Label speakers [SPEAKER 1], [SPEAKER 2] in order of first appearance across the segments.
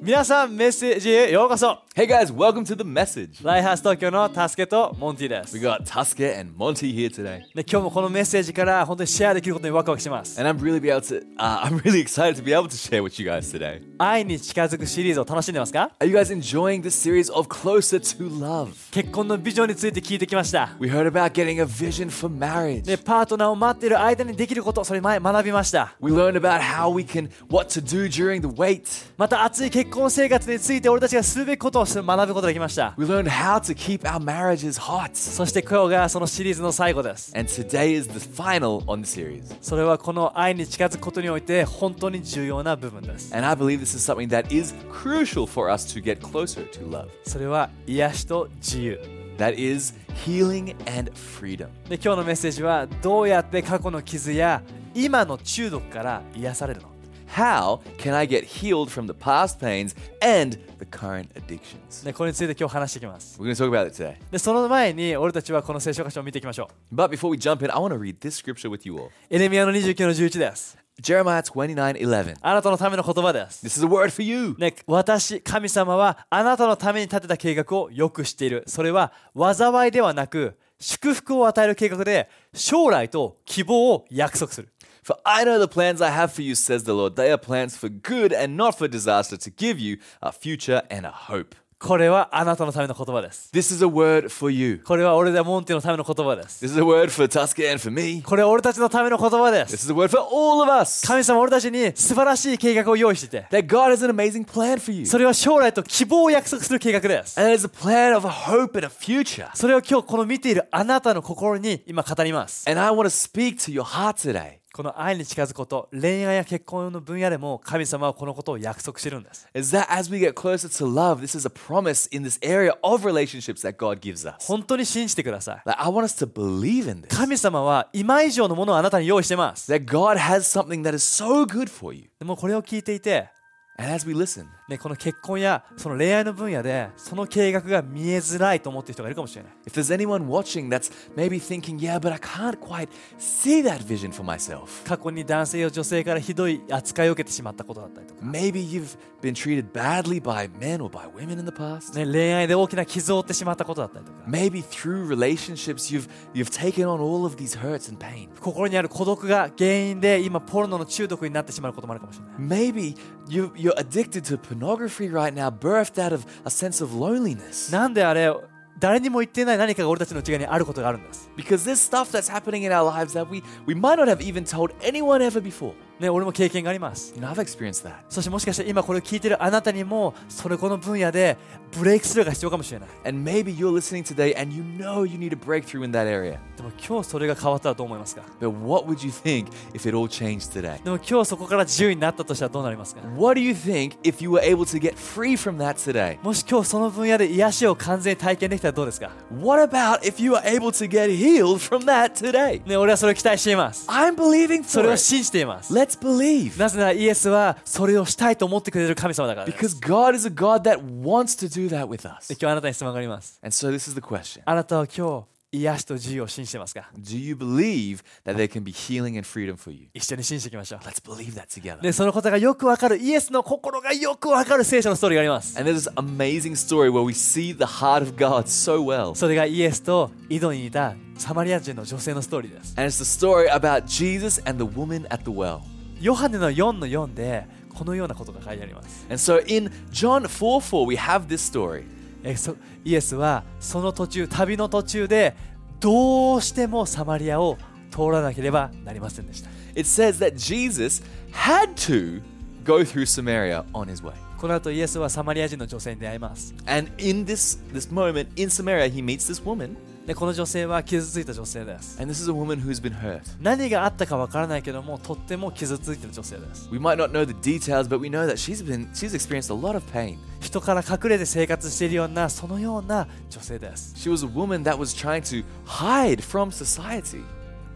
[SPEAKER 1] 皆さんメッセージへようこそ
[SPEAKER 2] Hey guys, welcome to the message.
[SPEAKER 1] ライハース東京のタスケとモンティです
[SPEAKER 2] We got Tusker and Monty here today,
[SPEAKER 1] で今日もこのメッセージから本当にシェアできることにワクワクします
[SPEAKER 2] and I'm really be able to. Uh, I'm really excited to be able to share with you guys today.
[SPEAKER 1] 愛に近づくシリーズを楽しんでますか
[SPEAKER 2] Are you guys enjoying this series of Closer to Love?
[SPEAKER 1] 結婚のビジョンについて聞いてきました
[SPEAKER 2] We heard about getting a vision for marriage.
[SPEAKER 1] でパートナーを待っている間にできることそれ前学びました
[SPEAKER 2] We learned about how we can what to do during the wait.
[SPEAKER 1] また熱い結婚生活について俺たちがするべきことを学ぶことができました
[SPEAKER 2] We learned how to keep our marriages hot.
[SPEAKER 1] そして今日がそのシリーズの最後です
[SPEAKER 2] And today is the final on the series.
[SPEAKER 1] それはこの愛に近づくことにおいて本当に重要な部分です
[SPEAKER 2] And I believe this is something that is crucial for us to get closer to love.
[SPEAKER 1] それは癒しと自由
[SPEAKER 2] That is healing and freedom.
[SPEAKER 1] で今日のメッセージはどうやって過去の傷や今の中毒から癒されるの
[SPEAKER 2] How can I get healed from the past pains and the current addictions?
[SPEAKER 1] でこれについて今日話していきます
[SPEAKER 2] We're going to talk about it today.
[SPEAKER 1] でその前に俺たちはこの聖書箇所を見ていきましょ
[SPEAKER 2] But before we jump in, I want to read this scripture with you all.
[SPEAKER 1] うエレミアの29の11です
[SPEAKER 2] Jeremiah 29:11.
[SPEAKER 1] あなたのための言葉です、
[SPEAKER 2] This is a word for you.
[SPEAKER 1] ね、私神様はあなたのために立てた計画をよくしているそれは災いではなく祝福を与える計画で将来と希望を約束する
[SPEAKER 2] For I know the plans I have for you, says the Lord. They are plans for good and not for disaster, to give you a future and a hope.
[SPEAKER 1] これはあなたのための言葉です
[SPEAKER 2] This is a word for you.
[SPEAKER 1] これは俺らモンティのための言葉です
[SPEAKER 2] This is a word for Tusker and for me.
[SPEAKER 1] これは俺たちのための言葉です
[SPEAKER 2] This is a word for all of us.
[SPEAKER 1] 神様は俺たちに素晴らしい計画を用意していて
[SPEAKER 2] That God has an amazing plan for you.
[SPEAKER 1] それは将来と希望を約束する計画です
[SPEAKER 2] And it's a plan of a hope and a future.
[SPEAKER 1] それを今日この見ているあなたの心に今語ります
[SPEAKER 2] And I want to speak to your heart today.
[SPEAKER 1] この愛に近づくこと恋愛や結婚の分野でも神様はこのことを約束してるんです
[SPEAKER 2] Is that as we get closer to love, this is a promise in this area of relationships that God gives us.
[SPEAKER 1] 本当に信じてください
[SPEAKER 2] Like I want us to believe in this.
[SPEAKER 1] 神様は今以上のものをあなたに用意してます
[SPEAKER 2] That God has something that is so good for you.
[SPEAKER 1] でもこれを聞いていて
[SPEAKER 2] And as we listen,
[SPEAKER 1] ね、この結婚やその恋愛の分野でその計画が見えづらいと思っている人がいるかもしれない
[SPEAKER 2] if there's anyone watching that's maybe thinking, yeah, but I can't quite see that vision for myself.
[SPEAKER 1] 過去に男性や女性からひどい扱いを受けてしまったことだったりとか
[SPEAKER 2] Maybe you've been treated badly by men or by women in the past.
[SPEAKER 1] ね、恋愛で大きな傷を負ってしまったことだったりとか
[SPEAKER 2] Maybe through relationships you've you've taken on all of these hurts and pain.
[SPEAKER 1] 心にある孤独が原因で今ポルノの中毒になってしまうこともあるかもしれない
[SPEAKER 2] Maybe you, you're addicted to pornography right now, birthed out of a sense of loneliness.
[SPEAKER 1] なんであれ誰にも言っていない何かが俺たちの内側にあることがあるんです、
[SPEAKER 2] Because there's stuff that's happening in our lives that we, we might not have even told anyone ever before.
[SPEAKER 1] ね、俺も経験があります
[SPEAKER 2] You know, I've experienced that.
[SPEAKER 1] そしてもしかして今これを聞いてるあなたにもそれこの分野でブレイクスルーが必要かもしれない
[SPEAKER 2] And maybe you're listening today and you know you need a breakthrough in that area.
[SPEAKER 1] でも今日それが変わったらどう思いますか
[SPEAKER 2] But what would you think if it all changed today?
[SPEAKER 1] でも今日そこから自由になったとしたらどうなりますか
[SPEAKER 2] What do you think if you were able to get free from that today?
[SPEAKER 1] もし今日その分野で癒しを完全に体験できたらどうですか
[SPEAKER 2] What about if you were able to get healed from that today?
[SPEAKER 1] ね、俺はそれを期待しています
[SPEAKER 2] I'm believing
[SPEAKER 1] そ
[SPEAKER 2] for
[SPEAKER 1] れを
[SPEAKER 2] it.
[SPEAKER 1] 信じています
[SPEAKER 2] Let's believe.
[SPEAKER 1] なぜならイエスはそれをしたいと思ってくれる神様だからです。
[SPEAKER 2] Because God is a God that wants to do that with us.
[SPEAKER 1] 今日あなたに質問があります。
[SPEAKER 2] And so this is the question.
[SPEAKER 1] あなたは今日癒しと自由を信じてますか
[SPEAKER 2] Do you believe that there can be healing and freedom for you?
[SPEAKER 1] 一緒に信じていきましょう。
[SPEAKER 2] Let's believe that together.
[SPEAKER 1] で、そのことがよくわかるイエスの心がよくわかる聖書のストーリーがあります。
[SPEAKER 2] And there's this amazing story where we see the heart of God so well.
[SPEAKER 1] それがイエスと井戸にいたサマリア人の女性のストーリーです。
[SPEAKER 2] And it's the story about Jesus and the woman at the well.
[SPEAKER 1] ヨハネの4の4でこのようなことが書いてあります。
[SPEAKER 2] And so in John 4 4, we have this story.
[SPEAKER 1] えそイエスはその途中、旅の途中でどうしてもサマリアを通らなければなりませんでした。
[SPEAKER 2] It says that Jesus had to go through Samaria on his way.
[SPEAKER 1] この後イエスはサマリア人の女性に出会います。
[SPEAKER 2] And in this, this moment in Samaria, he meets this woman.
[SPEAKER 1] でこの女性は傷ついた女性です
[SPEAKER 2] And this is a woman who's been hurt.
[SPEAKER 1] 何があったかわからないけどもとっても傷ついてる女性です
[SPEAKER 2] We might not know the details, but we know that she's been she's experienced a lot of pain.
[SPEAKER 1] 人から隠れて生活しているようなそのような女性です
[SPEAKER 2] She was a woman that was trying to hide from society.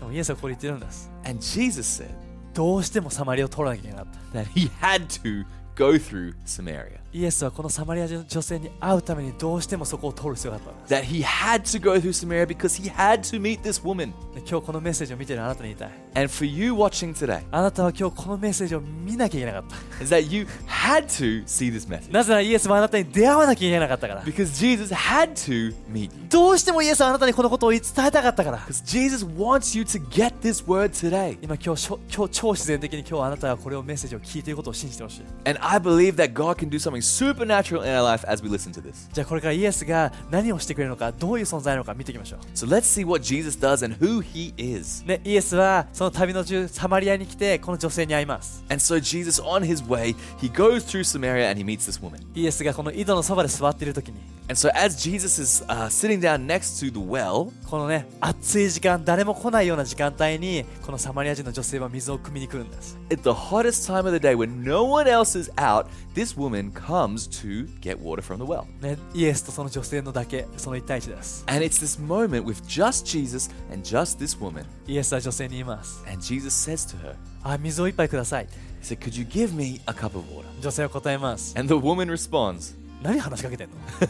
[SPEAKER 1] でもイエスはこれ言ってるんです
[SPEAKER 2] And Jesus said
[SPEAKER 1] どうしてもサマリアを通らなきゃいけなかった
[SPEAKER 2] that he had to go through Samaria.
[SPEAKER 1] イエスはこのサマリア人の女性に会うためにどうしてもそこを通る必要があったんです
[SPEAKER 2] That he had to go through Samaria because he had to meet this woman.
[SPEAKER 1] で今日このメッセージを見てるあなたに言いたい
[SPEAKER 2] And for you watching today,
[SPEAKER 1] あなたは今日このメッセージを見なきゃいけなかった
[SPEAKER 2] is that you had to see this message
[SPEAKER 1] なぜならイエスはあなたに出会わなきゃいけなかったから
[SPEAKER 2] because Jesus had to meet you.
[SPEAKER 1] どうしてもイエスはあなたにこのことを伝えたかったから
[SPEAKER 2] Because Jesus wants you to get this word today.
[SPEAKER 1] 今今日しょ今日超自然的に今日あなたはこれをメッセージを聞いていることを信じてほしい
[SPEAKER 2] And I believe that God can do something supernatural in our life as we listen to this.
[SPEAKER 1] じゃあこれからイエスが何をしてくれるのかどういう存在なのか見ていきましょう
[SPEAKER 2] So let's see what Jesus does and who he is.
[SPEAKER 1] ね、イエスはその旅の中サマリアに来てこの女性に会います
[SPEAKER 2] And so Jesus, on his way, he goes through Samaria and he meets this woman.
[SPEAKER 1] イエスがこの井戸のそばで座っている時に
[SPEAKER 2] And so as Jesus is uh, sitting down next to the well,
[SPEAKER 1] このね暑い時間誰も来ないような時間帯にこのサマリア人の女性は水を汲みに来るんです
[SPEAKER 2] at the hottest time of the day when no one else is out, this woman comes to get water from the well.
[SPEAKER 1] ね、イエスとその女性のだけその1対1です
[SPEAKER 2] And it's this moment with just Jesus and just this woman.
[SPEAKER 1] イエスは女性に言います
[SPEAKER 2] And Jesus says to her,
[SPEAKER 1] あ水を一杯ください
[SPEAKER 2] He said, Could you give me a cup of water?
[SPEAKER 1] 女性は答えます
[SPEAKER 2] And the woman responds,
[SPEAKER 1] 何話しかけてんの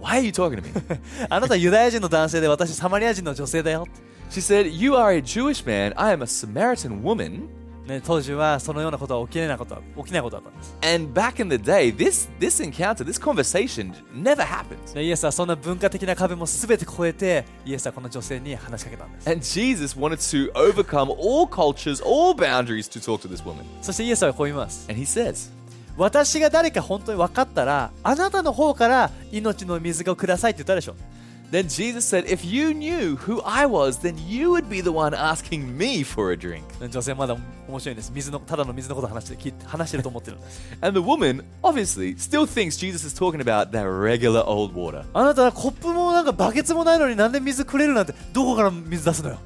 [SPEAKER 2] Why are you talking to me?
[SPEAKER 1] あなたユダヤ人の男性で私サマリア人の女性だよ
[SPEAKER 2] she said, You are a Jewish man, I am a Samaritan woman.
[SPEAKER 1] ね、当時はそのようなことは起きれないことは起きないことだったんです
[SPEAKER 2] And back in the day, this this encounter, this conversation never happened.
[SPEAKER 1] でイエスはそんな文化的な壁も全て越えてイエスはこの女性に話しかけたんです
[SPEAKER 2] And Jesus wanted to overcome all cultures, all boundaries to talk to this woman.
[SPEAKER 1] そしてイエスはこう言います
[SPEAKER 2] And he says,
[SPEAKER 1] 私が誰か本当に分かったらあなたの方から命の水をくださいって言ったでしょ
[SPEAKER 2] Then Jesus said, If you knew who I was, then you would be the one asking me for a drink.
[SPEAKER 1] で女性まだ面白いんです水のただの水のことを話して聞い話してると思ってるんです
[SPEAKER 2] And the woman, obviously, still thinks Jesus is talking about that regular old water.
[SPEAKER 1] あなたはコップもなんかバケツもないのになんで水くれるなんてどこから水出すのよ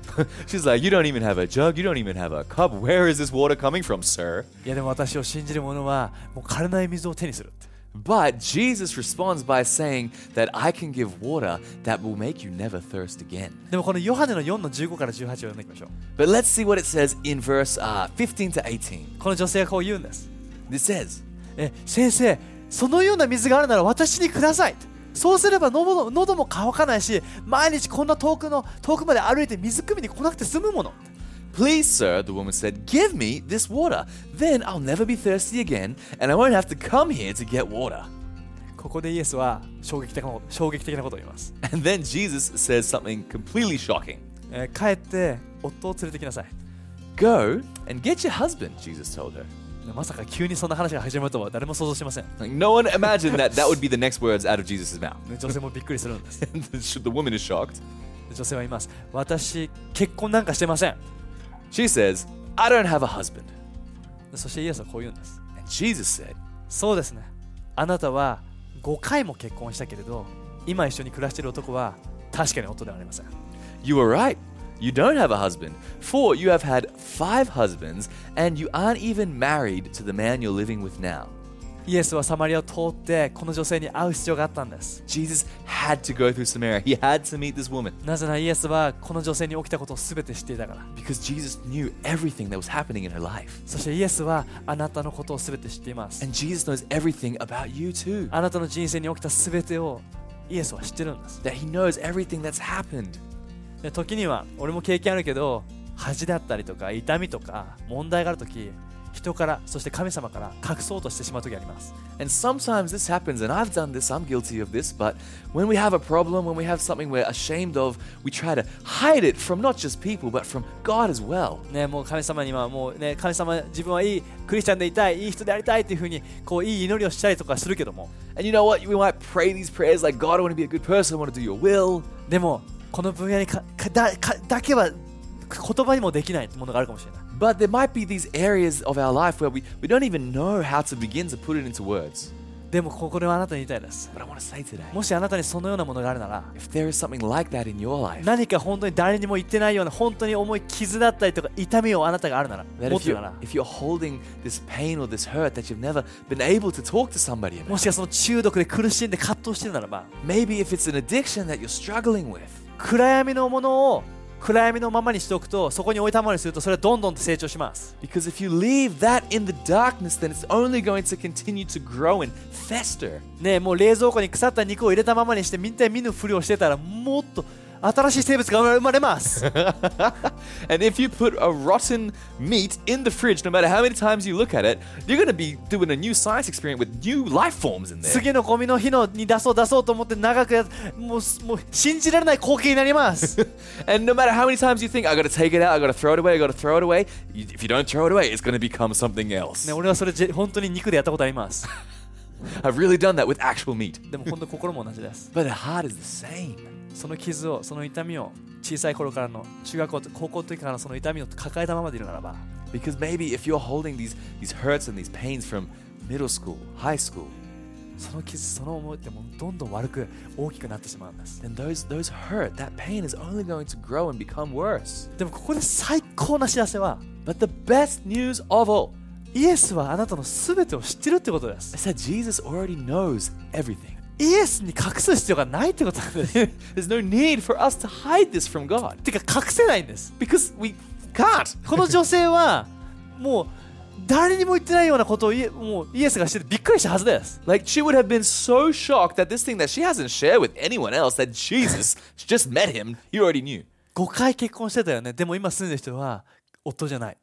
[SPEAKER 2] She's like, You don't even have a jug, you don't even have a cup. Where is this water coming from, sir?
[SPEAKER 1] いやでも私を信じる者はもう枯れない水を手にするって
[SPEAKER 2] But Jesus responds by saying that I can give water that will make you never thirst again.
[SPEAKER 1] でもこのヨハネの4の15から18を読んでいきましょう
[SPEAKER 2] But let's see what it says in verse uh, 15 to 18.
[SPEAKER 1] この女性がこう言うんです
[SPEAKER 2] It says,
[SPEAKER 1] え先生そのような水があるなら私にくださいそうすれば喉も喉も乾かないし毎日こんな遠くの遠くまで歩いて水汲みに来なくて済むもの
[SPEAKER 2] Please, sir, the woman said, give me this water. Then I'll never be thirsty again, and I won't have to come here to get water.
[SPEAKER 1] ここでイエスは衝撃的な衝撃的なことを言います、
[SPEAKER 2] And then Jesus says something completely shocking.
[SPEAKER 1] えー帰って夫を連れてきなさい
[SPEAKER 2] Go and get your husband, Jesus told her.
[SPEAKER 1] まさか急にそんな話が始まるとは誰も想像しません
[SPEAKER 2] Like, no one imagined that that would be the next words out of Jesus' mouth.
[SPEAKER 1] ね女性もびっくりするんです
[SPEAKER 2] And the woman is shocked.
[SPEAKER 1] 女性は言います私結婚なんかしてません
[SPEAKER 2] She says, I don't have a husband.
[SPEAKER 1] そしてイエスはこう言うんです
[SPEAKER 2] And Jesus said,
[SPEAKER 1] そうですねあなたは5回も結婚したけれど今一緒に暮らしている男は確かに夫ではありません
[SPEAKER 2] You were right. You don't have a husband, for you have had five husbands, and you aren't even married to the man you're living with now.
[SPEAKER 1] イエスはサマリアを通ってこの女性に会う必要があったんです
[SPEAKER 2] Jesus had to go through Samaria. He had to meet this woman
[SPEAKER 1] なぜならイエスはこの女性に起きたことを全て知っていたから
[SPEAKER 2] because Jesus knew everything that was happening in her life.
[SPEAKER 1] そしてイエスはあなたのことを全て知っています
[SPEAKER 2] And Jesus knows everything about you too.
[SPEAKER 1] あなたの人生に起きた全てをイエスは知ってるんです
[SPEAKER 2] That he knows everything that's happened.
[SPEAKER 1] で時には俺も経験あるけど恥だったりとか痛みとか問題がある時人からそして神様から隠そうとしてしまう時あります
[SPEAKER 2] And sometimes this happens, and I've done this, I'm guilty of this, but when we have a problem, when we have something we're ashamed of, we try to hide it from not just people, but from God as well.
[SPEAKER 1] ね、もう神様にはもうね神様自分はいいクリスチャンでいたいいい人でありたいっていうふうにこういい祈りをしたりとかするけども
[SPEAKER 2] And you know what? We might pray these prayers like, God, I want to be a good person, I want to do your will.
[SPEAKER 1] でもこの分野にかかだかだけは言葉にもできないものがあるかもしれない
[SPEAKER 2] But there might be these areas of our life where we, we don't even know how to begin to put it into words.
[SPEAKER 1] でもここではあなたに言いたいです
[SPEAKER 2] But I want to say today
[SPEAKER 1] もしあなたにそのようなものがあるなら
[SPEAKER 2] if there is something like that in your life,
[SPEAKER 1] 何か本当に誰にも言ってないような本当に重い傷だったりとか痛みをあなたがあるなら
[SPEAKER 2] that
[SPEAKER 1] 持っ
[SPEAKER 2] if
[SPEAKER 1] てるなら
[SPEAKER 2] you're, if you're holding this pain or this hurt that you've never been able to talk to somebody
[SPEAKER 1] も
[SPEAKER 2] about,
[SPEAKER 1] しかその中毒で苦しんで葛藤してるならば
[SPEAKER 2] maybe if it's an addiction that you're struggling with,
[SPEAKER 1] 暗闇のものを暗闇のままにしておくとそこに置いたままにするとそれはどんどんと成長します
[SPEAKER 2] Because if you leave that in the darkness, then it's only going to continue to grow and fester.
[SPEAKER 1] ねえもう冷蔵庫に腐った肉を入れたままにしてみんな見ぬふりをしてたらもっと新しい生物が生まれます
[SPEAKER 2] And if you put a rotten meat in the fridge, no matter how many times you look at it, you're going to be doing a new science experiment with new life forms in there.
[SPEAKER 1] 次のゴミの日のに出そう出そうと思って長くやっもうすもう信じられない光景になります
[SPEAKER 2] And no matter how many times you think, I got to take it out, I got to throw it away, I got to throw it away, you, if you don't throw it away, it's going to become something else.
[SPEAKER 1] ね俺はそれじ本当に肉でやったことあります
[SPEAKER 2] I've really done that with actual meat.
[SPEAKER 1] でも本当心も同じです
[SPEAKER 2] But the heart is the same.
[SPEAKER 1] その傷をその痛みを小さい頃からの中学校高校の時からのその痛みを抱えたままでいるならば
[SPEAKER 2] Because maybe if you're holding these, these hurts and these pains from middle school, high school,
[SPEAKER 1] その傷その思いってもうどんどん悪く大きくなってしまうんです
[SPEAKER 2] then those, those hurt, that pain is only going to grow and become worse.
[SPEAKER 1] でもここで最高な幸せは
[SPEAKER 2] But the best news of all
[SPEAKER 1] イエスはあなたの全てを知ってるってことです
[SPEAKER 2] is that Jesus already knows everything.
[SPEAKER 1] イエスに隠す必要がないってことなんです
[SPEAKER 2] There's no need for us to hide this from God
[SPEAKER 1] てか隠せないんです
[SPEAKER 2] because we can't.
[SPEAKER 1] この女性はもう誰にも言ってないようなことをイエもうイエスがしててびっくりしたはずです
[SPEAKER 2] Like, she would have been so shocked that this thing that she hasn't shared with anyone else, that Jesus just met him, he already knew.
[SPEAKER 1] 5回結婚してたよねでも今住んでる人は夫じゃない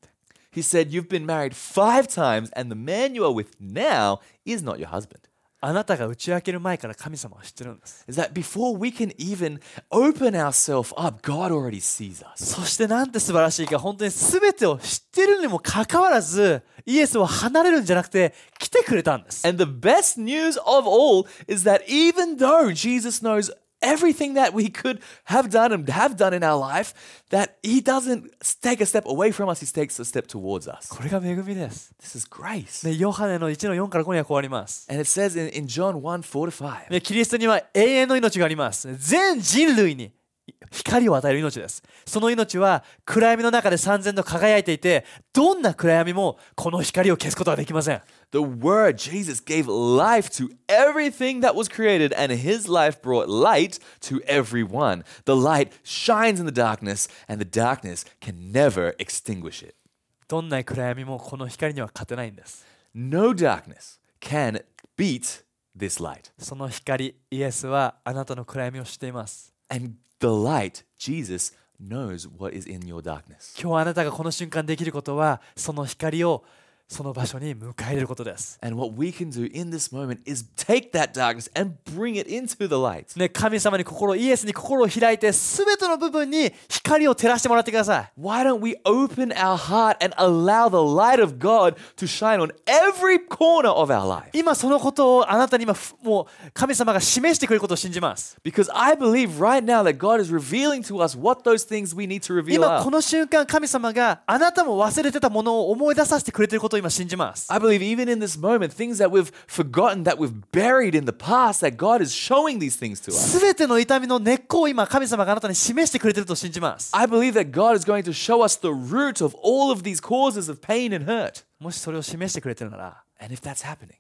[SPEAKER 2] He said, You've been married five times, and the man you are with now is not your husband.
[SPEAKER 1] あなたが打ち明ける前から神様は知ってるんです
[SPEAKER 2] Is that before we can even open ourselves up, God already sees us.
[SPEAKER 1] そしてなんて素晴らしいか本当に全てを知ってるにもかかわらずイエスを離れるんじゃなくて来てくれたんです
[SPEAKER 2] And the best news of all is that even though Jesus knows everything that we could have done and have done in our life, that he doesn't take a step away from us, he takes a step towards us.
[SPEAKER 1] これが恵みです、
[SPEAKER 2] This is grace.
[SPEAKER 1] ね、ヨハネの1の4から5にはこうあります
[SPEAKER 2] And it says in, in John 1 4 to 5.
[SPEAKER 1] ねキリストには永遠の命があります。全人類に光を与える命です。その命は暗闇の中で三千と輝いていて、どんな暗闇もこの光を消すことはできません。
[SPEAKER 2] The word Jesus gave life to everything that was created, and his life brought light to everyone. The light shines in the darkness, and the darkness can never extinguish it.
[SPEAKER 1] どんな暗闇もこの光には勝てないんです。
[SPEAKER 2] No darkness can beat this light.
[SPEAKER 1] その光、イエスはあなたの暗闇を知っています。
[SPEAKER 2] And the light, Jesus, knows what is in your darkness.
[SPEAKER 1] 今日あなたがこの瞬間できることは、その光をその場所に迎え入れることです。
[SPEAKER 2] And what we can do in this moment is take that darkness and bring it into the light.
[SPEAKER 1] ね、神様に心、イエスに心を開いて、すべての部分に光を照らしてもらってください。
[SPEAKER 2] Why don't we open our heart and allow the light of God to shine on every corner of our life?
[SPEAKER 1] 今そのことをあなたに今ふもう神様が示してくれることを信じます
[SPEAKER 2] Because I believe right now that God is revealing to us what those things we need to reveal
[SPEAKER 1] 今
[SPEAKER 2] are.
[SPEAKER 1] この瞬間神様があなたも忘れてたものを思い出させてくれてることを今信じます
[SPEAKER 2] I believe even in this moment, things that we've forgotten, that we've buried in the past, that God is showing these things to us.
[SPEAKER 1] 全ての痛みの根っこを今神様があなたに示してくれてると信じます
[SPEAKER 2] I believe that God is going to show us the root of all of these causes of pain and hurt.
[SPEAKER 1] もしそれを示してくれてるなら
[SPEAKER 2] And if that's happening,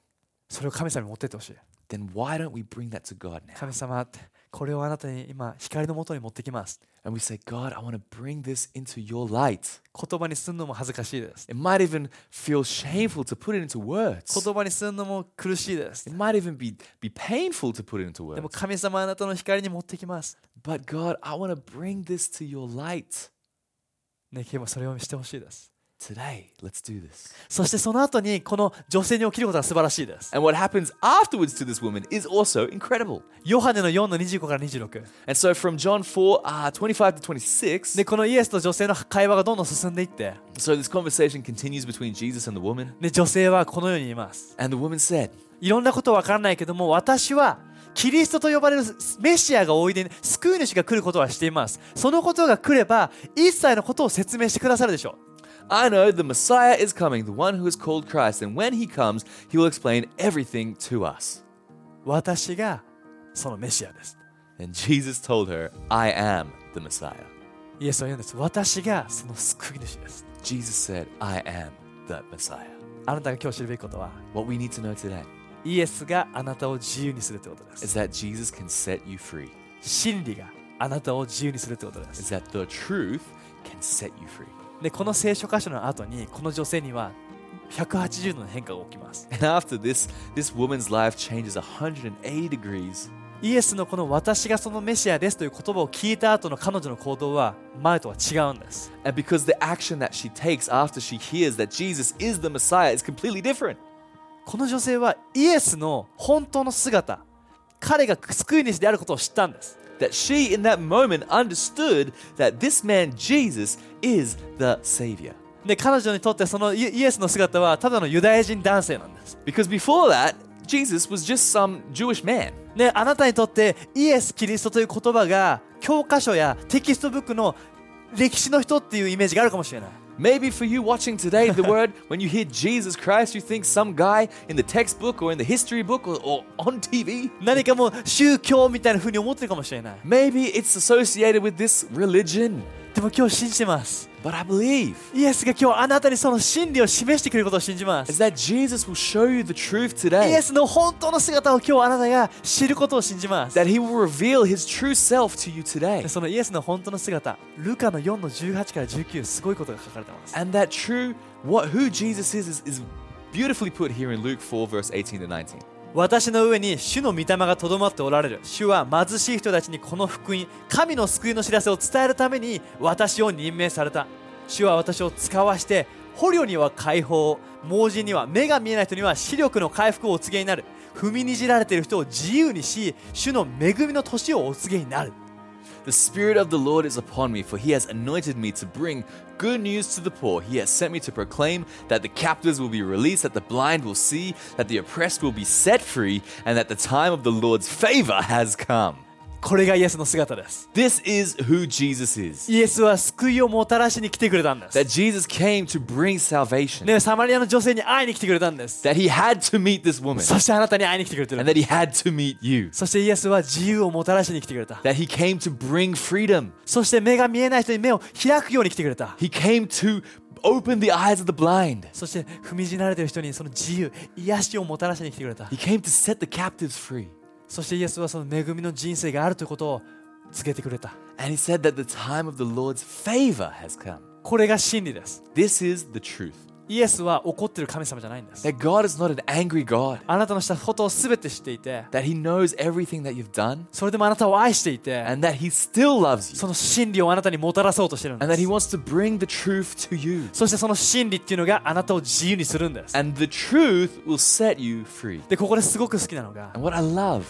[SPEAKER 1] それを神様に持ってってほしい
[SPEAKER 2] then why don't we bring that to God now?
[SPEAKER 1] 神様ってこれをあなたに今光のもとに持ってきます
[SPEAKER 2] And we say, God, I want to bring this into your light.
[SPEAKER 1] 言葉にすんのも恥ずかしいです
[SPEAKER 2] It might even feel shameful to put it into words.
[SPEAKER 1] 言葉にすんのも苦しいです
[SPEAKER 2] It might even be, be painful to put it into
[SPEAKER 1] でも
[SPEAKER 2] words.
[SPEAKER 1] 神様はあなたの光に持ってきます
[SPEAKER 2] But God, I want to bring this to your light
[SPEAKER 1] ね今日それをしてほしいです
[SPEAKER 2] today. Let's do this.
[SPEAKER 1] そしてその後にこの女性に起きることが素晴らしいです。
[SPEAKER 2] And what happens afterwards to this woman is also incredible.
[SPEAKER 1] ヨハネの4の25から26。
[SPEAKER 2] And so from John 4 uh, 25 to 26,
[SPEAKER 1] で、このイエスと女性の会話がどんどん進んでいって、
[SPEAKER 2] so this conversation continues between Jesus and the woman.
[SPEAKER 1] で、女性はこのように言います。
[SPEAKER 2] And the woman said,
[SPEAKER 1] いろんなことわからないけども、私はキリストと呼ばれるメシアがおいで、救い主が来ることはしています。そのことが来れば、一切のことを説明してくださるでしょう。
[SPEAKER 2] I know the Messiah is coming, the one who is called Christ, and when he comes, he will explain everything to us.
[SPEAKER 1] 私がそのメシアです。
[SPEAKER 2] And Jesus told her, I am the Messiah.
[SPEAKER 1] イエスは言うんです。私がその救い主です。
[SPEAKER 2] Jesus said, I am the Messiah.
[SPEAKER 1] あなたが今日知るべきことは、
[SPEAKER 2] What we need to know today
[SPEAKER 1] イエスがあなたを自由にするということです。
[SPEAKER 2] is that Jesus can set you free.
[SPEAKER 1] 真理があなたを自由にするってことです
[SPEAKER 2] is that the truth can set you free.
[SPEAKER 1] でこの聖書箇所の後にこの女性には180度の変化が起きます
[SPEAKER 2] And after this, this woman's life changes 180 degrees.
[SPEAKER 1] イエスのこの私がそのメシアですという言葉を聞いた後の彼女の行動は前とは違うんです
[SPEAKER 2] And because the action that she takes after she hears that Jesus is the Messiah is completely different.
[SPEAKER 1] この女性はイエスの本当の姿彼が救い主であることを知ったんです
[SPEAKER 2] That she, in that moment, understood that this man Jesus is the Savior.
[SPEAKER 1] で彼女にとってそのイイエスの姿はただのユダヤ人男性なんです
[SPEAKER 2] Because before that, Jesus was just some Jewish man.
[SPEAKER 1] ね、あなたにとってイエス・キリストという言葉が教科書やテキストブックの歴史の人っていうイメージがあるかもしれない
[SPEAKER 2] Maybe for you watching today, the word, when you hear Jesus Christ, you think some guy in the textbook or in the history book or, or on TV.
[SPEAKER 1] 何かもう宗教みたいな風に思ってるかもしれない
[SPEAKER 2] Maybe it's associated with this religion.
[SPEAKER 1] でも今日信じてます
[SPEAKER 2] But I believe
[SPEAKER 1] イエスが今日あなたにその真理を示してくれることを信じます
[SPEAKER 2] is that Jesus will show you the truth
[SPEAKER 1] イエ
[SPEAKER 2] today.
[SPEAKER 1] スの本当の姿を今日あなたが知ることを信じます
[SPEAKER 2] That he will reveal his true self to you today.
[SPEAKER 1] でそのイエスの本当の姿ルカの4の18から19すごいことが書かれてます
[SPEAKER 2] And that true what who Jesus is is, is beautifully put here in Luke 4 verse 18 to 19.
[SPEAKER 1] 私の上に主の御霊がとどまっておられる主は貧しい人たちにこの福音神の救いの知らせを伝えるために私を任命された主は私を使わして捕虜には解放を盲人には目が見えない人には視力の回復をお告げになる踏みにじられている人を自由にし主の恵みの年をお告げになる
[SPEAKER 2] The Spirit of the Lord is upon me, for he has anointed me to bring good news to the poor. He has sent me to proclaim that the captives will be released, that the blind will see, that the oppressed will be set free, and that the time of the Lord's favor has come.
[SPEAKER 1] これがイエスの姿です
[SPEAKER 2] This is who Jesus is.
[SPEAKER 1] イエスは救いをもたらしに来てくれたんです
[SPEAKER 2] That Jesus came to bring salvation.
[SPEAKER 1] ね、サマリアの女性に会いに来てくれたんです。
[SPEAKER 2] That he had to meet this woman.
[SPEAKER 1] そしてあなたに会いに来てくれてる
[SPEAKER 2] And。that he had to meet you.
[SPEAKER 1] そしてイエスは自由をもたらしに来てくれた。
[SPEAKER 2] That he came to bring freedom.
[SPEAKER 1] そして目が見えない人に目を開くように来てくれた。
[SPEAKER 2] He came to open the eyes of the blind.
[SPEAKER 1] そして踏みじられている人にその自由、癒しをもたらしに来てくれた
[SPEAKER 2] He。came to set the captives free.
[SPEAKER 1] そしてイエスはその恵みの人生があるということを告げてくれた。
[SPEAKER 2] And he said that the time of the Lord's favor has come.
[SPEAKER 1] これが真理です。
[SPEAKER 2] This is the truth.
[SPEAKER 1] イエスは怒ってる神様じゃないんです。
[SPEAKER 2] That God is not an angry God.
[SPEAKER 1] あなたのしたことを全て知っていて、
[SPEAKER 2] That he knows everything that you've done.
[SPEAKER 1] それでもあなたを愛していて、
[SPEAKER 2] And that he still loves you.
[SPEAKER 1] その真理をあなたにもたらそうとしてるん
[SPEAKER 2] And that
[SPEAKER 1] で
[SPEAKER 2] he
[SPEAKER 1] す。
[SPEAKER 2] wants to bring the truth to you.
[SPEAKER 1] そしてその真理っていうのがあなたを自由にするんです。
[SPEAKER 2] And the truth will set you free.
[SPEAKER 1] でここですごく好きなのが、
[SPEAKER 2] And what I love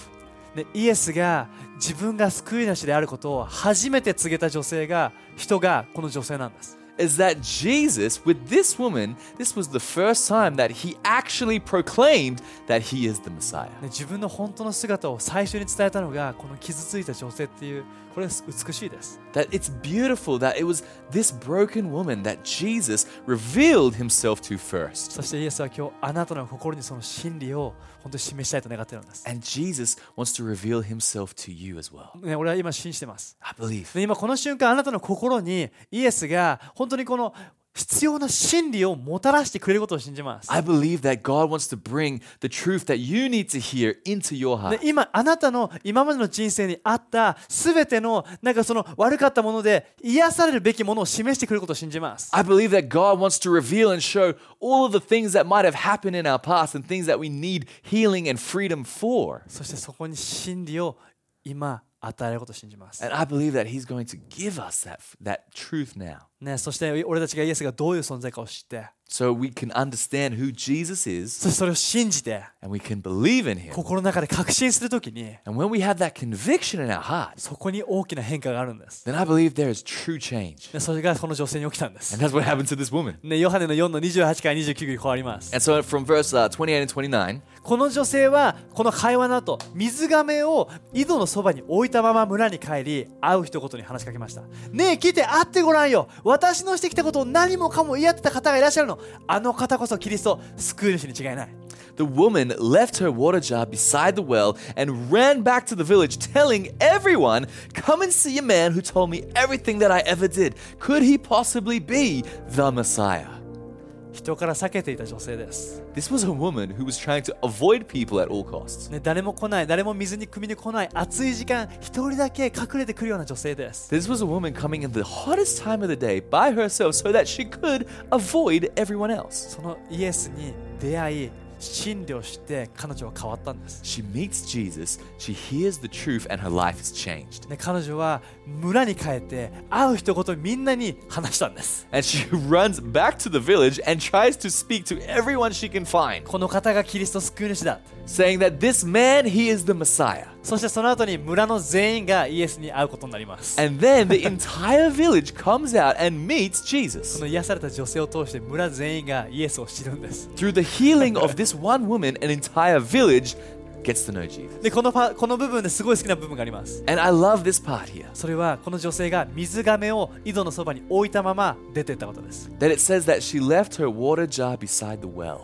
[SPEAKER 1] ね、イエスが自分が救い主であることを初めて告げた女性が人がこの女性なんです。
[SPEAKER 2] is that Jesus, with this woman, this was the first time that he actually proclaimed that he is the Messiah.
[SPEAKER 1] ね、自分の本当の姿を最初に伝えたのがこの傷ついた女性っていうこれ美しいです。
[SPEAKER 2] That it's beautiful that it was this broken woman that Jesus revealed himself to first.
[SPEAKER 1] そしてイエスは今日あなたの心にその真理を本当に示したいと願っているんです。
[SPEAKER 2] And Jesus wants to reveal himself to you as well.
[SPEAKER 1] ね、俺は今信じてます。
[SPEAKER 2] I believe.
[SPEAKER 1] で今この瞬間あなたの心にイエスが本当にこの必要な真理をもたらしてくれることを信じます。
[SPEAKER 2] I believe that God wants to bring the truth that you need to hear into your
[SPEAKER 1] で
[SPEAKER 2] heart.
[SPEAKER 1] 今あなたの今までの人生にあった全てのなんかその悪かったもので癒されるべきものを示してくれることを信じます
[SPEAKER 2] I believe that God wants to reveal and show all of the things that might have happened in our past and things that we need healing and freedom for.
[SPEAKER 1] そしてそこに真理を今与えることを信じます、
[SPEAKER 2] And I believe that He's going to give us that, that truth now.
[SPEAKER 1] ね、そして俺たちがイエスがどういう存在かを知って
[SPEAKER 2] So we can understand who Jesus is
[SPEAKER 1] そしてそれを信じて
[SPEAKER 2] and we can believe in Him.
[SPEAKER 1] 心の中で確信するときに
[SPEAKER 2] And when we have that conviction in our hearts,
[SPEAKER 1] そこに大きな変化があるんです、
[SPEAKER 2] then I believe there is true change.
[SPEAKER 1] ね、それがこの女性に起きたんで
[SPEAKER 2] And
[SPEAKER 1] す、
[SPEAKER 2] that's what happened to this woman.
[SPEAKER 1] ね、ヨハネの4の28から29に変わります
[SPEAKER 2] And so from verse uh, 28 and 29,
[SPEAKER 1] この女性はこの会話の後水がめを井戸のそばに置いたまま村に帰り会う人ごとに話しかけましたねえ来て会ってごらんよ私のしてきたことを何もかも言い合ってた方がいらっしゃるのあの方こそキリスト救い主に違いない
[SPEAKER 2] the woman left her water jar beside the well and ran back to the village, telling everyone, Come and see a man who told me everything that I ever did. Could he possibly be the Messiah?
[SPEAKER 1] 人から避けていた女性です、
[SPEAKER 2] This was a woman who was trying to avoid people at all costs.
[SPEAKER 1] ね、誰も来ない誰も水に汲みに来ない暑い時間一人だけ隠れてくるような女性です
[SPEAKER 2] This was a woman coming in the hottest time of the day by herself so that she could avoid everyone else.
[SPEAKER 1] そのイエスに出会い信慮して彼女は変わったんです、
[SPEAKER 2] She meets Jesus, she hears the truth, and her life is changed.
[SPEAKER 1] ね、彼女は村に帰って会う人ごとみんなに話したんです
[SPEAKER 2] And she runs back to the village and tries to speak to everyone she can find,
[SPEAKER 1] この方がキリスト救い主だ
[SPEAKER 2] saying that this man, he is the Messiah.
[SPEAKER 1] そしてその後に村の全員がイエスに会うことになります。
[SPEAKER 2] And then the entire village comes out and meets
[SPEAKER 1] そ
[SPEAKER 2] Jesus.
[SPEAKER 1] の癒された女性を通して村全員がイエスを知るんです。
[SPEAKER 2] Through the healing of this one woman, an entire village gets to know Jesus.
[SPEAKER 1] で、このパこの部分ですごい好きな部分があります。
[SPEAKER 2] And I love this part here
[SPEAKER 1] それはこの女性が水亀を井戸のそばに置いたまま出てったことです。
[SPEAKER 2] that it says that she left her water jar beside the well.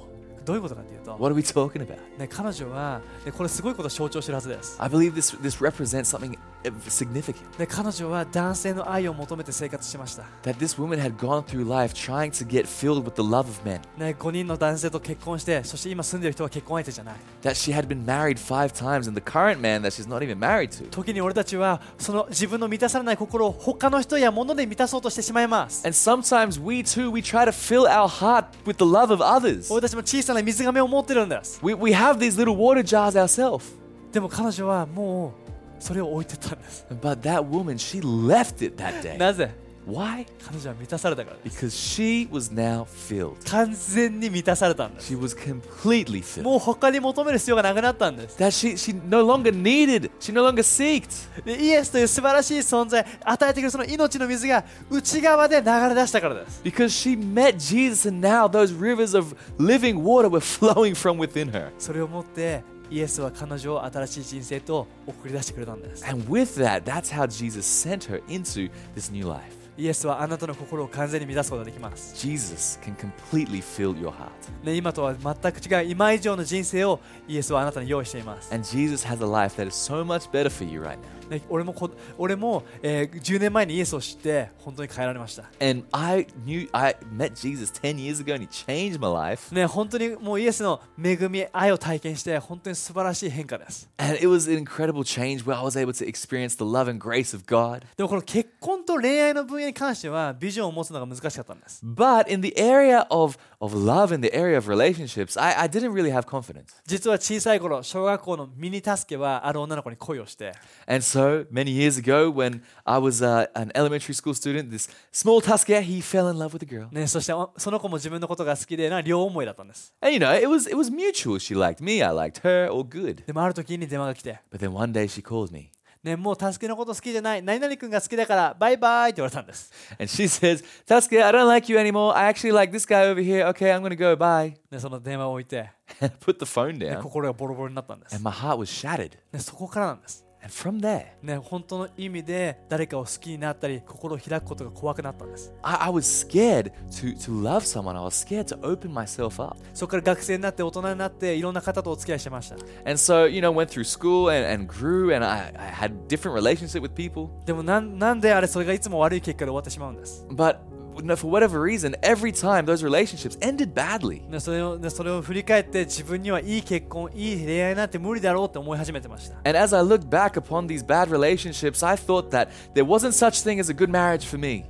[SPEAKER 1] どういうことかっていうと、
[SPEAKER 2] What are we talking about?
[SPEAKER 1] ね、彼女は、ね、これすごいことを象徴してるはずです。
[SPEAKER 2] I believe this, this represents something uh, significant.
[SPEAKER 1] で、彼女は男性の愛を求めて生活しました。
[SPEAKER 2] That this woman had gone through life trying to get filled with the love of men.
[SPEAKER 1] ね、5人の男性と結婚して、そして今住んでる人は結婚相手じゃない。
[SPEAKER 2] That she had been married five times, and the current man that she's not even married to.
[SPEAKER 1] 時に俺たちはその自分の満たされない心を他の人や物で満たそうとしてしまいます。
[SPEAKER 2] And sometimes we too, we try to fill our heart with the love of others.
[SPEAKER 1] 俺たちも小さな水亀を持ってるんです。
[SPEAKER 2] We, we have these little water jars ourselves.
[SPEAKER 1] でも彼女はもうそれを置いてったんです。
[SPEAKER 2] But that woman, she left it that day.
[SPEAKER 1] なぜ
[SPEAKER 2] Why?
[SPEAKER 1] 彼女は満たされたからです。
[SPEAKER 2] Because she was now filled.
[SPEAKER 1] 完全に満たされたんです。
[SPEAKER 2] She was completely filled.
[SPEAKER 1] もう他に求める必要がなくなったんです。
[SPEAKER 2] That she, she no longer needed, she no longer seeked.
[SPEAKER 1] でイエスという素晴らしい存在、与えてくれるその命の水が内側で流れ出したからです。
[SPEAKER 2] Because she met Jesus, and now those rivers of living water were flowing from within her.
[SPEAKER 1] それをもってイエスは彼女を新しい人生と送り出してくれたんです。
[SPEAKER 2] And with that, that's how Jesus sent her into this new life.
[SPEAKER 1] イエスはあなたの心を完全に満たすことができます。
[SPEAKER 2] Jesus can completely fill your heart.
[SPEAKER 1] ね、今とは全く違う今以上の人生をイエスはあなたに用意しています。
[SPEAKER 2] And Jesus has a life that is so much better for you right now.
[SPEAKER 1] ね、俺もこ俺も、えー10年前にイエスを知って本当に変えられました、
[SPEAKER 2] And I knew I met Jesus 10 years ago and he changed my life.
[SPEAKER 1] ね、本当にもうイエスの恵み愛を体験して本当に素晴らしい変化です
[SPEAKER 2] And it was an incredible change where I was able to experience the love and grace of God.
[SPEAKER 1] でもこの結婚と恋愛の分野に関してはビジョンを持つのが難しかったんです
[SPEAKER 2] But in the area of, of love and the area of relationships, I, I didn't really have confidence.
[SPEAKER 1] 実は小さい頃小学校のミニタスケはある女の子に恋をして
[SPEAKER 2] And so many years ago, when I was uh, an elementary school student, this small Tusker, he fell in love with a girl.
[SPEAKER 1] ね、そしておその子も自分のことが好きでな両思いだったんです
[SPEAKER 2] And you know, it was, it was mutual. She liked me, I liked her, all good.
[SPEAKER 1] でもある時に電話が来て、
[SPEAKER 2] But then one day she called me
[SPEAKER 1] ね、もうタスケのこと好きじゃない何々君が好きだからバイバイって言われたんです
[SPEAKER 2] and she says, Tusker, I don't like you anymore. I actually like this guy over here. Okay, I'm going to go. Bye.
[SPEAKER 1] でその電話を置いて、
[SPEAKER 2] And I put the phone
[SPEAKER 1] ね
[SPEAKER 2] down
[SPEAKER 1] 心がボロボロになったんです
[SPEAKER 2] and my heart was shattered.
[SPEAKER 1] ね、そこからなんです。
[SPEAKER 2] And from there,
[SPEAKER 1] ね、本当の意味で誰かを好きになったり心を開くことが怖くなったんです。
[SPEAKER 2] I, I was scared to, to love someone. I was scared to open myself up.
[SPEAKER 1] そこから学生になって大人になっていろんな方とお付き合いしてました。
[SPEAKER 2] And so, you know, went through school and, and grew and I, I had different relationship with people.
[SPEAKER 1] でもなんなんであれそれがいつも悪い結果で終わってしまうんです。
[SPEAKER 2] But you know, for whatever reason, every time those relationships ended badly.
[SPEAKER 1] ね、それをねそれを振り返って自分にはいい結婚、いい恋愛なんて無理だろうって思い始めてました。
[SPEAKER 2] And as I looked back upon these bad relationships, I thought that there wasn't such thing as a good marriage for me.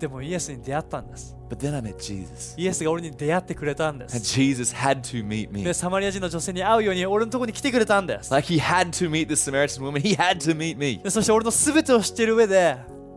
[SPEAKER 1] でもイエスに出会ったんです。
[SPEAKER 2] But then I met Jesus.
[SPEAKER 1] イエスが俺に出会ってくれたんで
[SPEAKER 2] And
[SPEAKER 1] す。
[SPEAKER 2] Jesus had to meet
[SPEAKER 1] ね、
[SPEAKER 2] me.
[SPEAKER 1] サマリア人の女性に会うように俺のところに来てくれたんです。
[SPEAKER 2] Like he had to meet this Samaritan woman. He had to meet me.
[SPEAKER 1] でそして俺の全てを知っている上で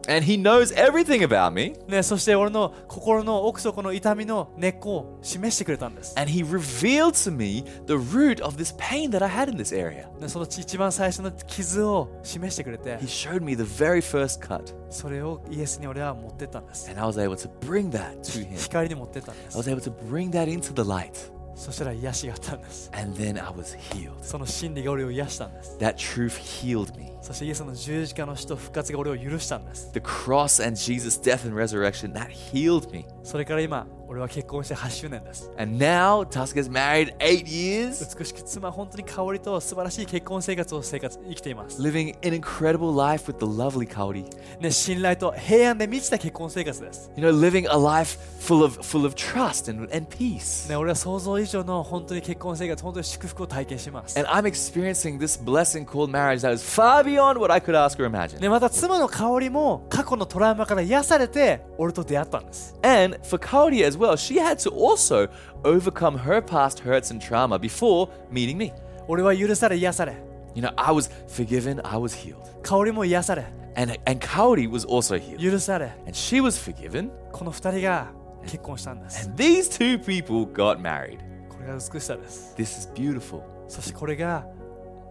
[SPEAKER 2] And he knows everything about me.
[SPEAKER 1] ね、そして俺の心の奥底の痛みの根っこを示してくれたんです。
[SPEAKER 2] And he revealed to me the root of this pain that I had in this area.
[SPEAKER 1] ねそのち一番最初の傷を示してくれて
[SPEAKER 2] He showed me the very first cut.
[SPEAKER 1] それをイエスに俺は持ってったんです。
[SPEAKER 2] And I was able to bring that to him.
[SPEAKER 1] 光に持ってったんで
[SPEAKER 2] I
[SPEAKER 1] す
[SPEAKER 2] was。able to bring that into the light.
[SPEAKER 1] そしたら癒しがあったんです。
[SPEAKER 2] And then I was healed.
[SPEAKER 1] その真理が俺を癒したんです。
[SPEAKER 2] That truth healed me.
[SPEAKER 1] そしてイエスの十字架の死と復活が俺を許したんです。
[SPEAKER 2] The cross and Jesus' death and resurrection, that healed me.
[SPEAKER 1] それから今俺は結婚して8周年です
[SPEAKER 2] And now Tusk is married eight years,
[SPEAKER 1] 美しき妻本当に香りと素晴らしい結婚生活を生活生きています、
[SPEAKER 2] living an incredible life with the lovely Kaori.
[SPEAKER 1] ね、信頼と平安で満ちた結婚生活です、
[SPEAKER 2] You know, living a life full of full of trust and, and peace.
[SPEAKER 1] ね、俺は想像以上の本当に結婚生活本当に祝福を体験します、
[SPEAKER 2] And I'm experiencing this blessing called marriage that is far beyond what I could ask or imagine.
[SPEAKER 1] ね、また妻の香りも過去のトラウマから癒されて俺と出会ったんです
[SPEAKER 2] And for Kaori as well, she had to also overcome her past hurts and trauma before meeting me.
[SPEAKER 1] 俺は許され癒され
[SPEAKER 2] You know, I was forgiven, I was healed.
[SPEAKER 1] 香りも癒され
[SPEAKER 2] And and Kaori was also healed.
[SPEAKER 1] 許され
[SPEAKER 2] And she was forgiven.
[SPEAKER 1] この2人が結婚したんです
[SPEAKER 2] These two people got married.
[SPEAKER 1] これが美しさです
[SPEAKER 2] This is beautiful.
[SPEAKER 1] そしてこれが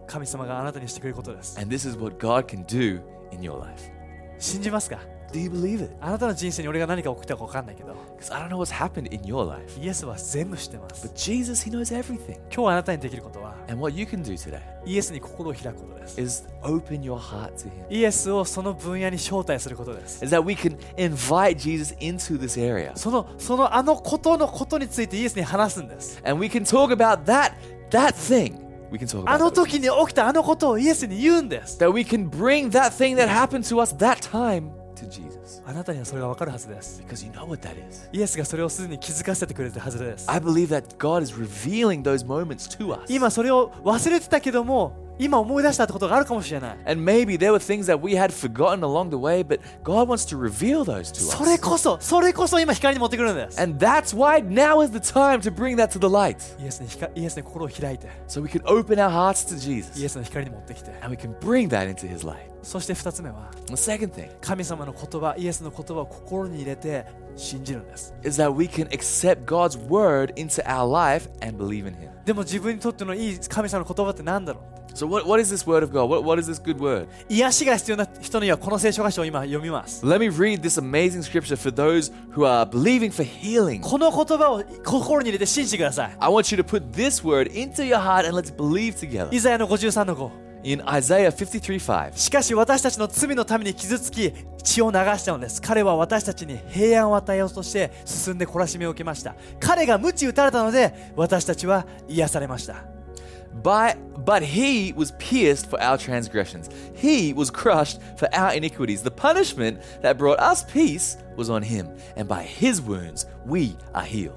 [SPEAKER 1] 神様があなたにしてくれることです
[SPEAKER 2] And this is what God can do in your life.
[SPEAKER 1] 信じますか
[SPEAKER 2] Do you believe it?
[SPEAKER 1] あなたの人生に俺が何か起きたか分かんないけど
[SPEAKER 2] Because I don't know what's happened in your life.
[SPEAKER 1] イエスは全部知ってます
[SPEAKER 2] But Jesus, He knows everything.
[SPEAKER 1] 今日あなたにできることは
[SPEAKER 2] And what you can do today
[SPEAKER 1] イエスに心を開くことです
[SPEAKER 2] is open your heart to Him.
[SPEAKER 1] イエスをその分野に招待することです
[SPEAKER 2] Is that we can invite Jesus into this area.
[SPEAKER 1] そのそのあのことのことについてイエスに話すんです
[SPEAKER 2] And we can talk about that, that thing. We can talk
[SPEAKER 1] あ
[SPEAKER 2] about
[SPEAKER 1] の
[SPEAKER 2] that,
[SPEAKER 1] 時に起きたあのことをイエスに言うんです
[SPEAKER 2] that we can bring that thing that happened to us that time to Jesus.
[SPEAKER 1] あなたにはそれが分かるはずです
[SPEAKER 2] Because you know what that is.
[SPEAKER 1] イエスがそれをすでに気づかせてくれてるはずです
[SPEAKER 2] I believe that God is revealing those moments to us.
[SPEAKER 1] 今それを忘れてたけども今思い出したってことがあるかもしれない
[SPEAKER 2] And maybe there were things that we had forgotten along the way, but God wants to reveal those to
[SPEAKER 1] それ
[SPEAKER 2] us.
[SPEAKER 1] こそそれこそ今光に持ってくるんです
[SPEAKER 2] And that's why now is the time to bring that to the light.
[SPEAKER 1] イエスに光イエスに心を開いて
[SPEAKER 2] So we can open our hearts to
[SPEAKER 1] イエ
[SPEAKER 2] Jesus
[SPEAKER 1] スの光に持ってきて
[SPEAKER 2] and we can bring that into his light.
[SPEAKER 1] そして2つ目は
[SPEAKER 2] The second thing
[SPEAKER 1] 神様の言葉イエスの言葉を心に入れて信じるんです
[SPEAKER 2] is that we can accept God's word into our life and believe in him.
[SPEAKER 1] でも自分にとってのいい神様の言葉って何だろう
[SPEAKER 2] So what, what is this word of God? What, what is this good word?
[SPEAKER 1] 癒しが必要な人にはこの聖書箇所を今読みます
[SPEAKER 2] Let me read this amazing scripture for those who are believing for healing.
[SPEAKER 1] この言葉を心に入れて信じてください
[SPEAKER 2] I want you to put this word into your heart and let's believe together.
[SPEAKER 1] イザヤの53の5
[SPEAKER 2] In Isaiah 53 5.
[SPEAKER 1] しかし私たちの罪のために傷つき血を流したのです彼は私たちに平安を与えようとして進んで懲らしめを受けました彼が鞭打たれたので私たちは癒されました、
[SPEAKER 2] By, but he was pierced for our transgressions. He was crushed for our iniquities. The punishment that brought us peace was on him, and by his wounds we are healed.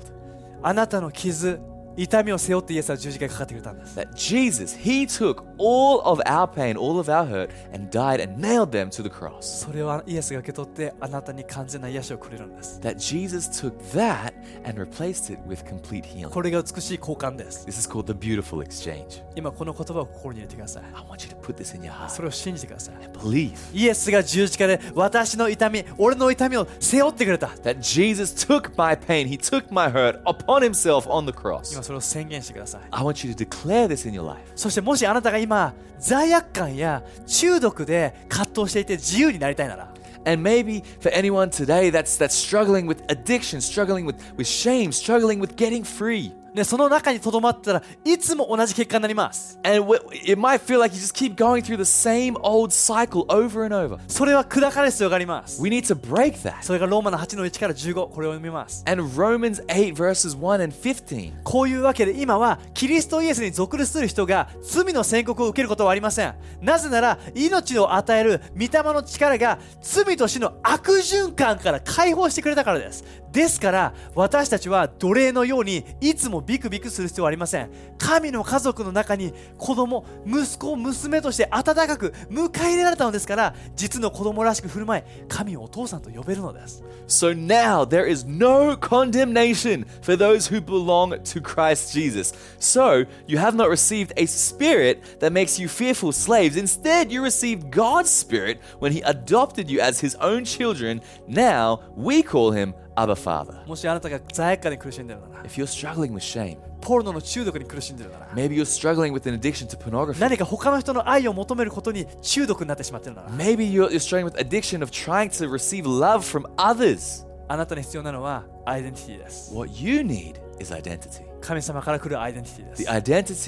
[SPEAKER 1] あなたの傷痛みを背負ってイエスは十字架にかかってくれたんです
[SPEAKER 2] That Jesus, he took all of our pain, all of our hurt, and died and nailed them to the cross.
[SPEAKER 1] それをイエスが受け取ってあなたに完全な癒しをくれるんです
[SPEAKER 2] That Jesus took that and replaced it with complete
[SPEAKER 1] こ
[SPEAKER 2] healing.
[SPEAKER 1] れが美しい交換です
[SPEAKER 2] This is called the beautiful exchange.
[SPEAKER 1] 今この言葉を心に入れてください
[SPEAKER 2] I want you to put this in your
[SPEAKER 1] そ
[SPEAKER 2] heart.
[SPEAKER 1] れを信じてください
[SPEAKER 2] Believe
[SPEAKER 1] イエスが十字架で私の痛み俺の痛みを背負ってくれた
[SPEAKER 2] that Jesus took my pain, he took my hurt upon himself on the cross.
[SPEAKER 1] 今それを宣言してください
[SPEAKER 2] I want you to declare this in your life.
[SPEAKER 1] そしてもしあなたが今罪悪感や中毒で葛藤していて自由になりたいなら
[SPEAKER 2] And maybe for anyone today that's that's struggling with addiction, struggling with, with shame, struggling with getting free.
[SPEAKER 1] ね、その中にとどまってたらいつも同じ結果になります
[SPEAKER 2] And wh- it might feel like you just keep going through the same old cycle over and over.
[SPEAKER 1] それは砕かれる必要があります
[SPEAKER 2] We need to break that.
[SPEAKER 1] それがローマの8の1から15これを読みます
[SPEAKER 2] And Romans 8 verses 1 and 15.
[SPEAKER 1] こういうわけで今はキリストイエスに属する人が罪の宣告を受けることはありませんなぜなら命を与える御霊の力が罪と死の悪循環から解放してくれたからですですから私たちは奴隷のようにいつもビクビクする必要はありません神の家族の中に子供息子娘として温かく迎え入れられたのですから実の子供らしく振る舞い神をお父さんと呼べるのです
[SPEAKER 2] So now there is no condemnation for those who belong to Christ Jesus. So you have not received a spirit that makes you fearful slaves. Instead, you received God's spirit when he adopted you as his own children. Now we call him Abba Father.
[SPEAKER 1] もしあなたが罪悪感に苦しんでるなら
[SPEAKER 2] If you're struggling with shame,
[SPEAKER 1] ポルノの中毒に苦しんでるなら
[SPEAKER 2] maybe you're struggling with an addiction to pornography.
[SPEAKER 1] 何か他の人の愛を求めることに中毒になってしまってるなら
[SPEAKER 2] Maybe you're, you're struggling with addiction of trying to receive love from others.
[SPEAKER 1] あなたに必要なのはアイデンティティです
[SPEAKER 2] What you need is identity.
[SPEAKER 1] 神様から来るアイデンティティで
[SPEAKER 2] The
[SPEAKER 1] す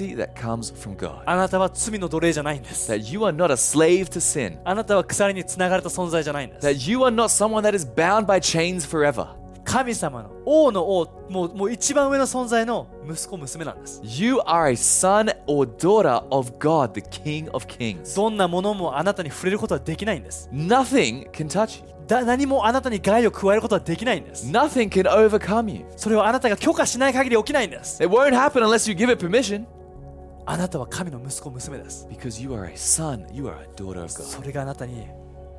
[SPEAKER 2] identity that comes from God.
[SPEAKER 1] あなたは罪の奴隷じゃないんです
[SPEAKER 2] That you are not a slave to sin.
[SPEAKER 1] あなたは鎖につながれた存在じゃないんです
[SPEAKER 2] That you are not someone that is bound by chains forever.
[SPEAKER 1] 神様の王の王もうもう一番上の存在の息子娘なんです
[SPEAKER 2] You are a son or daughter of God, the King of Kings.
[SPEAKER 1] どんなものもあなたに触れることはできないんです
[SPEAKER 2] Nothing can touch you.
[SPEAKER 1] だ何もあなたに害を加えることはできないんです
[SPEAKER 2] Nothing can overcome you.
[SPEAKER 1] それはあなたが許可しない限り起きないんです
[SPEAKER 2] It won't happen unless you give it permission.
[SPEAKER 1] あなたは神の息子娘です
[SPEAKER 2] Because you are a son, you are a daughter of God.
[SPEAKER 1] それがあなたに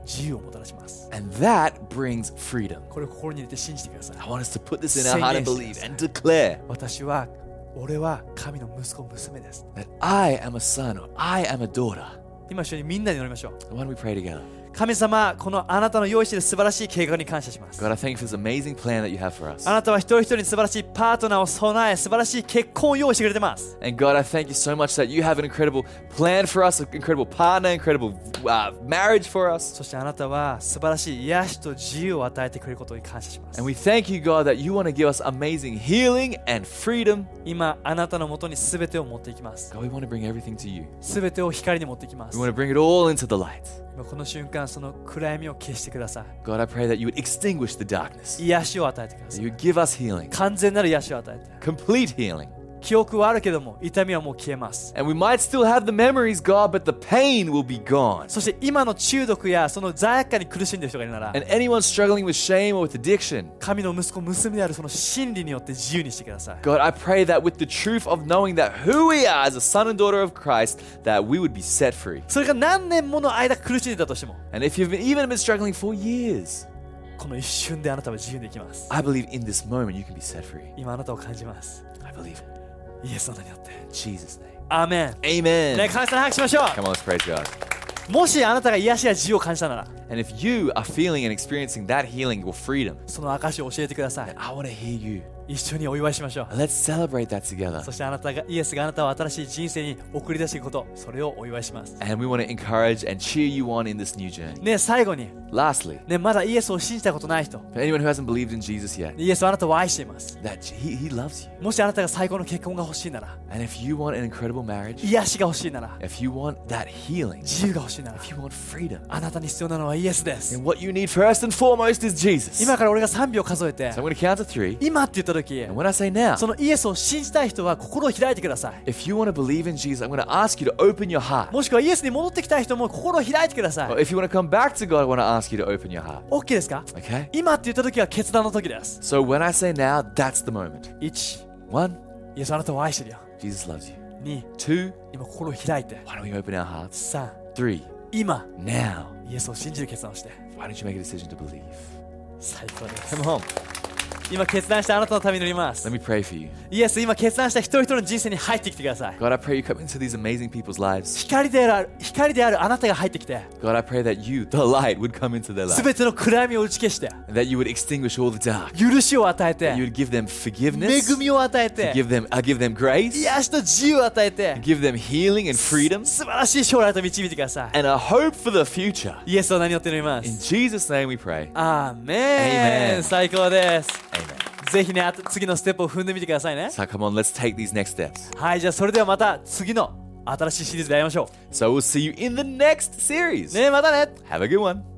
[SPEAKER 1] 自由をもたらします
[SPEAKER 2] And that brings freedom.
[SPEAKER 1] これを心に入れて信じてください
[SPEAKER 2] I want us to put this in our heart and
[SPEAKER 1] Say yes.
[SPEAKER 2] believe and declare
[SPEAKER 1] 私は俺は神の息子娘です
[SPEAKER 2] that I am a son or I am a daughter.
[SPEAKER 1] 今一緒にみんなに祈りましょう
[SPEAKER 2] Why don't we pray together?
[SPEAKER 1] 神様このあなたの用意している素晴らしい計画に感謝します
[SPEAKER 2] God, I thank you for this amazing plan that you have for us.
[SPEAKER 1] あなたは一人一人に素晴らしいパートナーを備え素晴らしい結婚を用意してくれてます
[SPEAKER 2] And God, I thank you so much that you have an incredible plan for us, an incredible partner, incredible uh, marriage for us.
[SPEAKER 1] そしてあなたは素晴らしい癒しと自由を与えてくれることに感謝します
[SPEAKER 2] And we thank you, God, that you want to give us amazing healing and freedom.
[SPEAKER 1] 今あなたのもとに全てを持っていきます
[SPEAKER 2] God, we want to bring everything to you.
[SPEAKER 1] 全てを光に持っていきます
[SPEAKER 2] We want to bring it all into the light.
[SPEAKER 1] 今この瞬間その暗闇を消してくださ
[SPEAKER 2] God, I pray that you would extinguish the darkness.
[SPEAKER 1] い癒しを与えてくだ
[SPEAKER 2] That
[SPEAKER 1] さ
[SPEAKER 2] you
[SPEAKER 1] い
[SPEAKER 2] would give us healing,
[SPEAKER 1] 完全なる癒しを与えて
[SPEAKER 2] complete healing.
[SPEAKER 1] 記憶はあるけども痛みはもう消えます
[SPEAKER 2] And we might still have the memories, God, but the pain will be gone.
[SPEAKER 1] そして今の中毒やその罪悪感に苦しんでいる人がいるなら
[SPEAKER 2] And anyone struggling with shame or with addiction,
[SPEAKER 1] 神の息子娘であるその真理によって自由にしてください
[SPEAKER 2] God, I pray that with the truth of knowing that who we are as a son and daughter of Christ, that we would be set free.
[SPEAKER 1] それが何年もの間苦しんでいたとしても
[SPEAKER 2] And if you've been, even been struggling for years,
[SPEAKER 1] この一瞬であなたは自由にできます
[SPEAKER 2] I believe in this moment you can be set free.
[SPEAKER 1] 今あなたを感じます
[SPEAKER 2] I believe it.
[SPEAKER 1] イエスの名によって
[SPEAKER 2] in Jesus' name.
[SPEAKER 1] アーメン
[SPEAKER 2] Amen.
[SPEAKER 1] ね神様拍手しましょ
[SPEAKER 2] Come on, let's praise God.
[SPEAKER 1] うもしあなたが癒しや自由を感じたなら
[SPEAKER 2] And if you are feeling and experiencing that healing or freedom,
[SPEAKER 1] その証しを教えてください
[SPEAKER 2] I want to hear you.
[SPEAKER 1] 一緒にお祝いしましょう
[SPEAKER 2] And Let's celebrate that together.
[SPEAKER 1] そしてあなたがイエスがあなたを新しい人生に送り出していくことそれをお祝いします
[SPEAKER 2] And we want to encourage and cheer you on in this new journey.
[SPEAKER 1] ね最後に
[SPEAKER 2] Lastly,
[SPEAKER 1] ねまだイエスを信じたことない人
[SPEAKER 2] for anyone who hasn't believed in Jesus yet,
[SPEAKER 1] イエスはあなたを愛しています
[SPEAKER 2] that he, he loves you.
[SPEAKER 1] もしあなたが最高の結婚が欲しいなら
[SPEAKER 2] And if you want an incredible marriage,
[SPEAKER 1] 癒しが欲しいなら
[SPEAKER 2] if you want that healing,
[SPEAKER 1] 自由が欲しいなら
[SPEAKER 2] if you want freedom,
[SPEAKER 1] あなたに必要なのはイエスです
[SPEAKER 2] then what you need first and foremost is Jesus.
[SPEAKER 1] 今
[SPEAKER 2] So
[SPEAKER 1] から俺が3秒数えて
[SPEAKER 2] I'm going to count to three.
[SPEAKER 1] 今って言った時
[SPEAKER 2] And when I say now,
[SPEAKER 1] そのイエスを信じたい人は心を開いてください
[SPEAKER 2] if you want to believe in Jesus, I'm going to ask you to open your heart.
[SPEAKER 1] もしくはイエスに戻ってきたい人も心を開いてくださ
[SPEAKER 2] Or
[SPEAKER 1] い
[SPEAKER 2] if you want to come back to God, I want to ask you to open your heart.
[SPEAKER 1] OK ですか
[SPEAKER 2] Okay?
[SPEAKER 1] 今って言った時は決断の時です
[SPEAKER 2] So when I say now, that's the moment.
[SPEAKER 1] 1
[SPEAKER 2] One,
[SPEAKER 1] イエスあなたを愛してるよ
[SPEAKER 2] Jesus loves you.
[SPEAKER 1] 2
[SPEAKER 2] Two,
[SPEAKER 1] 今心を開いて
[SPEAKER 2] why don't we open our hearts?
[SPEAKER 1] 3
[SPEAKER 2] Three,
[SPEAKER 1] 今
[SPEAKER 2] now,
[SPEAKER 1] イエスを信じる決断をして
[SPEAKER 2] why don't you make a decision to believe?
[SPEAKER 1] 最高です
[SPEAKER 2] Come on,
[SPEAKER 1] 今決断したあなたのために乗ります
[SPEAKER 2] let me pray for you.
[SPEAKER 1] イエス今決断した一人一人の人生に入ってきてください
[SPEAKER 2] God, I pray you come into these amazing people's lives.
[SPEAKER 1] 光である光であるあなたが入ってきて
[SPEAKER 2] God, I pray that you, the light, would come into their life.
[SPEAKER 1] 全ての暗闇を打ち消して
[SPEAKER 2] And that you would extinguish all the dark.
[SPEAKER 1] 許しを与え
[SPEAKER 2] That you
[SPEAKER 1] て
[SPEAKER 2] would give them forgiveness.
[SPEAKER 1] 恵みを与え
[SPEAKER 2] To
[SPEAKER 1] て
[SPEAKER 2] give them, uh, give them grace.
[SPEAKER 1] 癒しと自由を与えて
[SPEAKER 2] Give them healing and freedom.
[SPEAKER 1] 素晴らしい将来と導いてくださ
[SPEAKER 2] And a hope for the future.
[SPEAKER 1] いイエスを何よって祈りま
[SPEAKER 2] In
[SPEAKER 1] す
[SPEAKER 2] Jesus' name we pray.
[SPEAKER 1] アーメ
[SPEAKER 2] Amen
[SPEAKER 1] ン最高です
[SPEAKER 2] Amen.
[SPEAKER 1] ぜひねあと次のステップを踏んでみてくださいね
[SPEAKER 2] So come on, let's take these next steps.
[SPEAKER 1] はいじゃあそれではまた次の新しいシリーズで会いましょ
[SPEAKER 2] So we'll see you in the next
[SPEAKER 1] う
[SPEAKER 2] series.
[SPEAKER 1] ねまたね
[SPEAKER 2] Have a good one.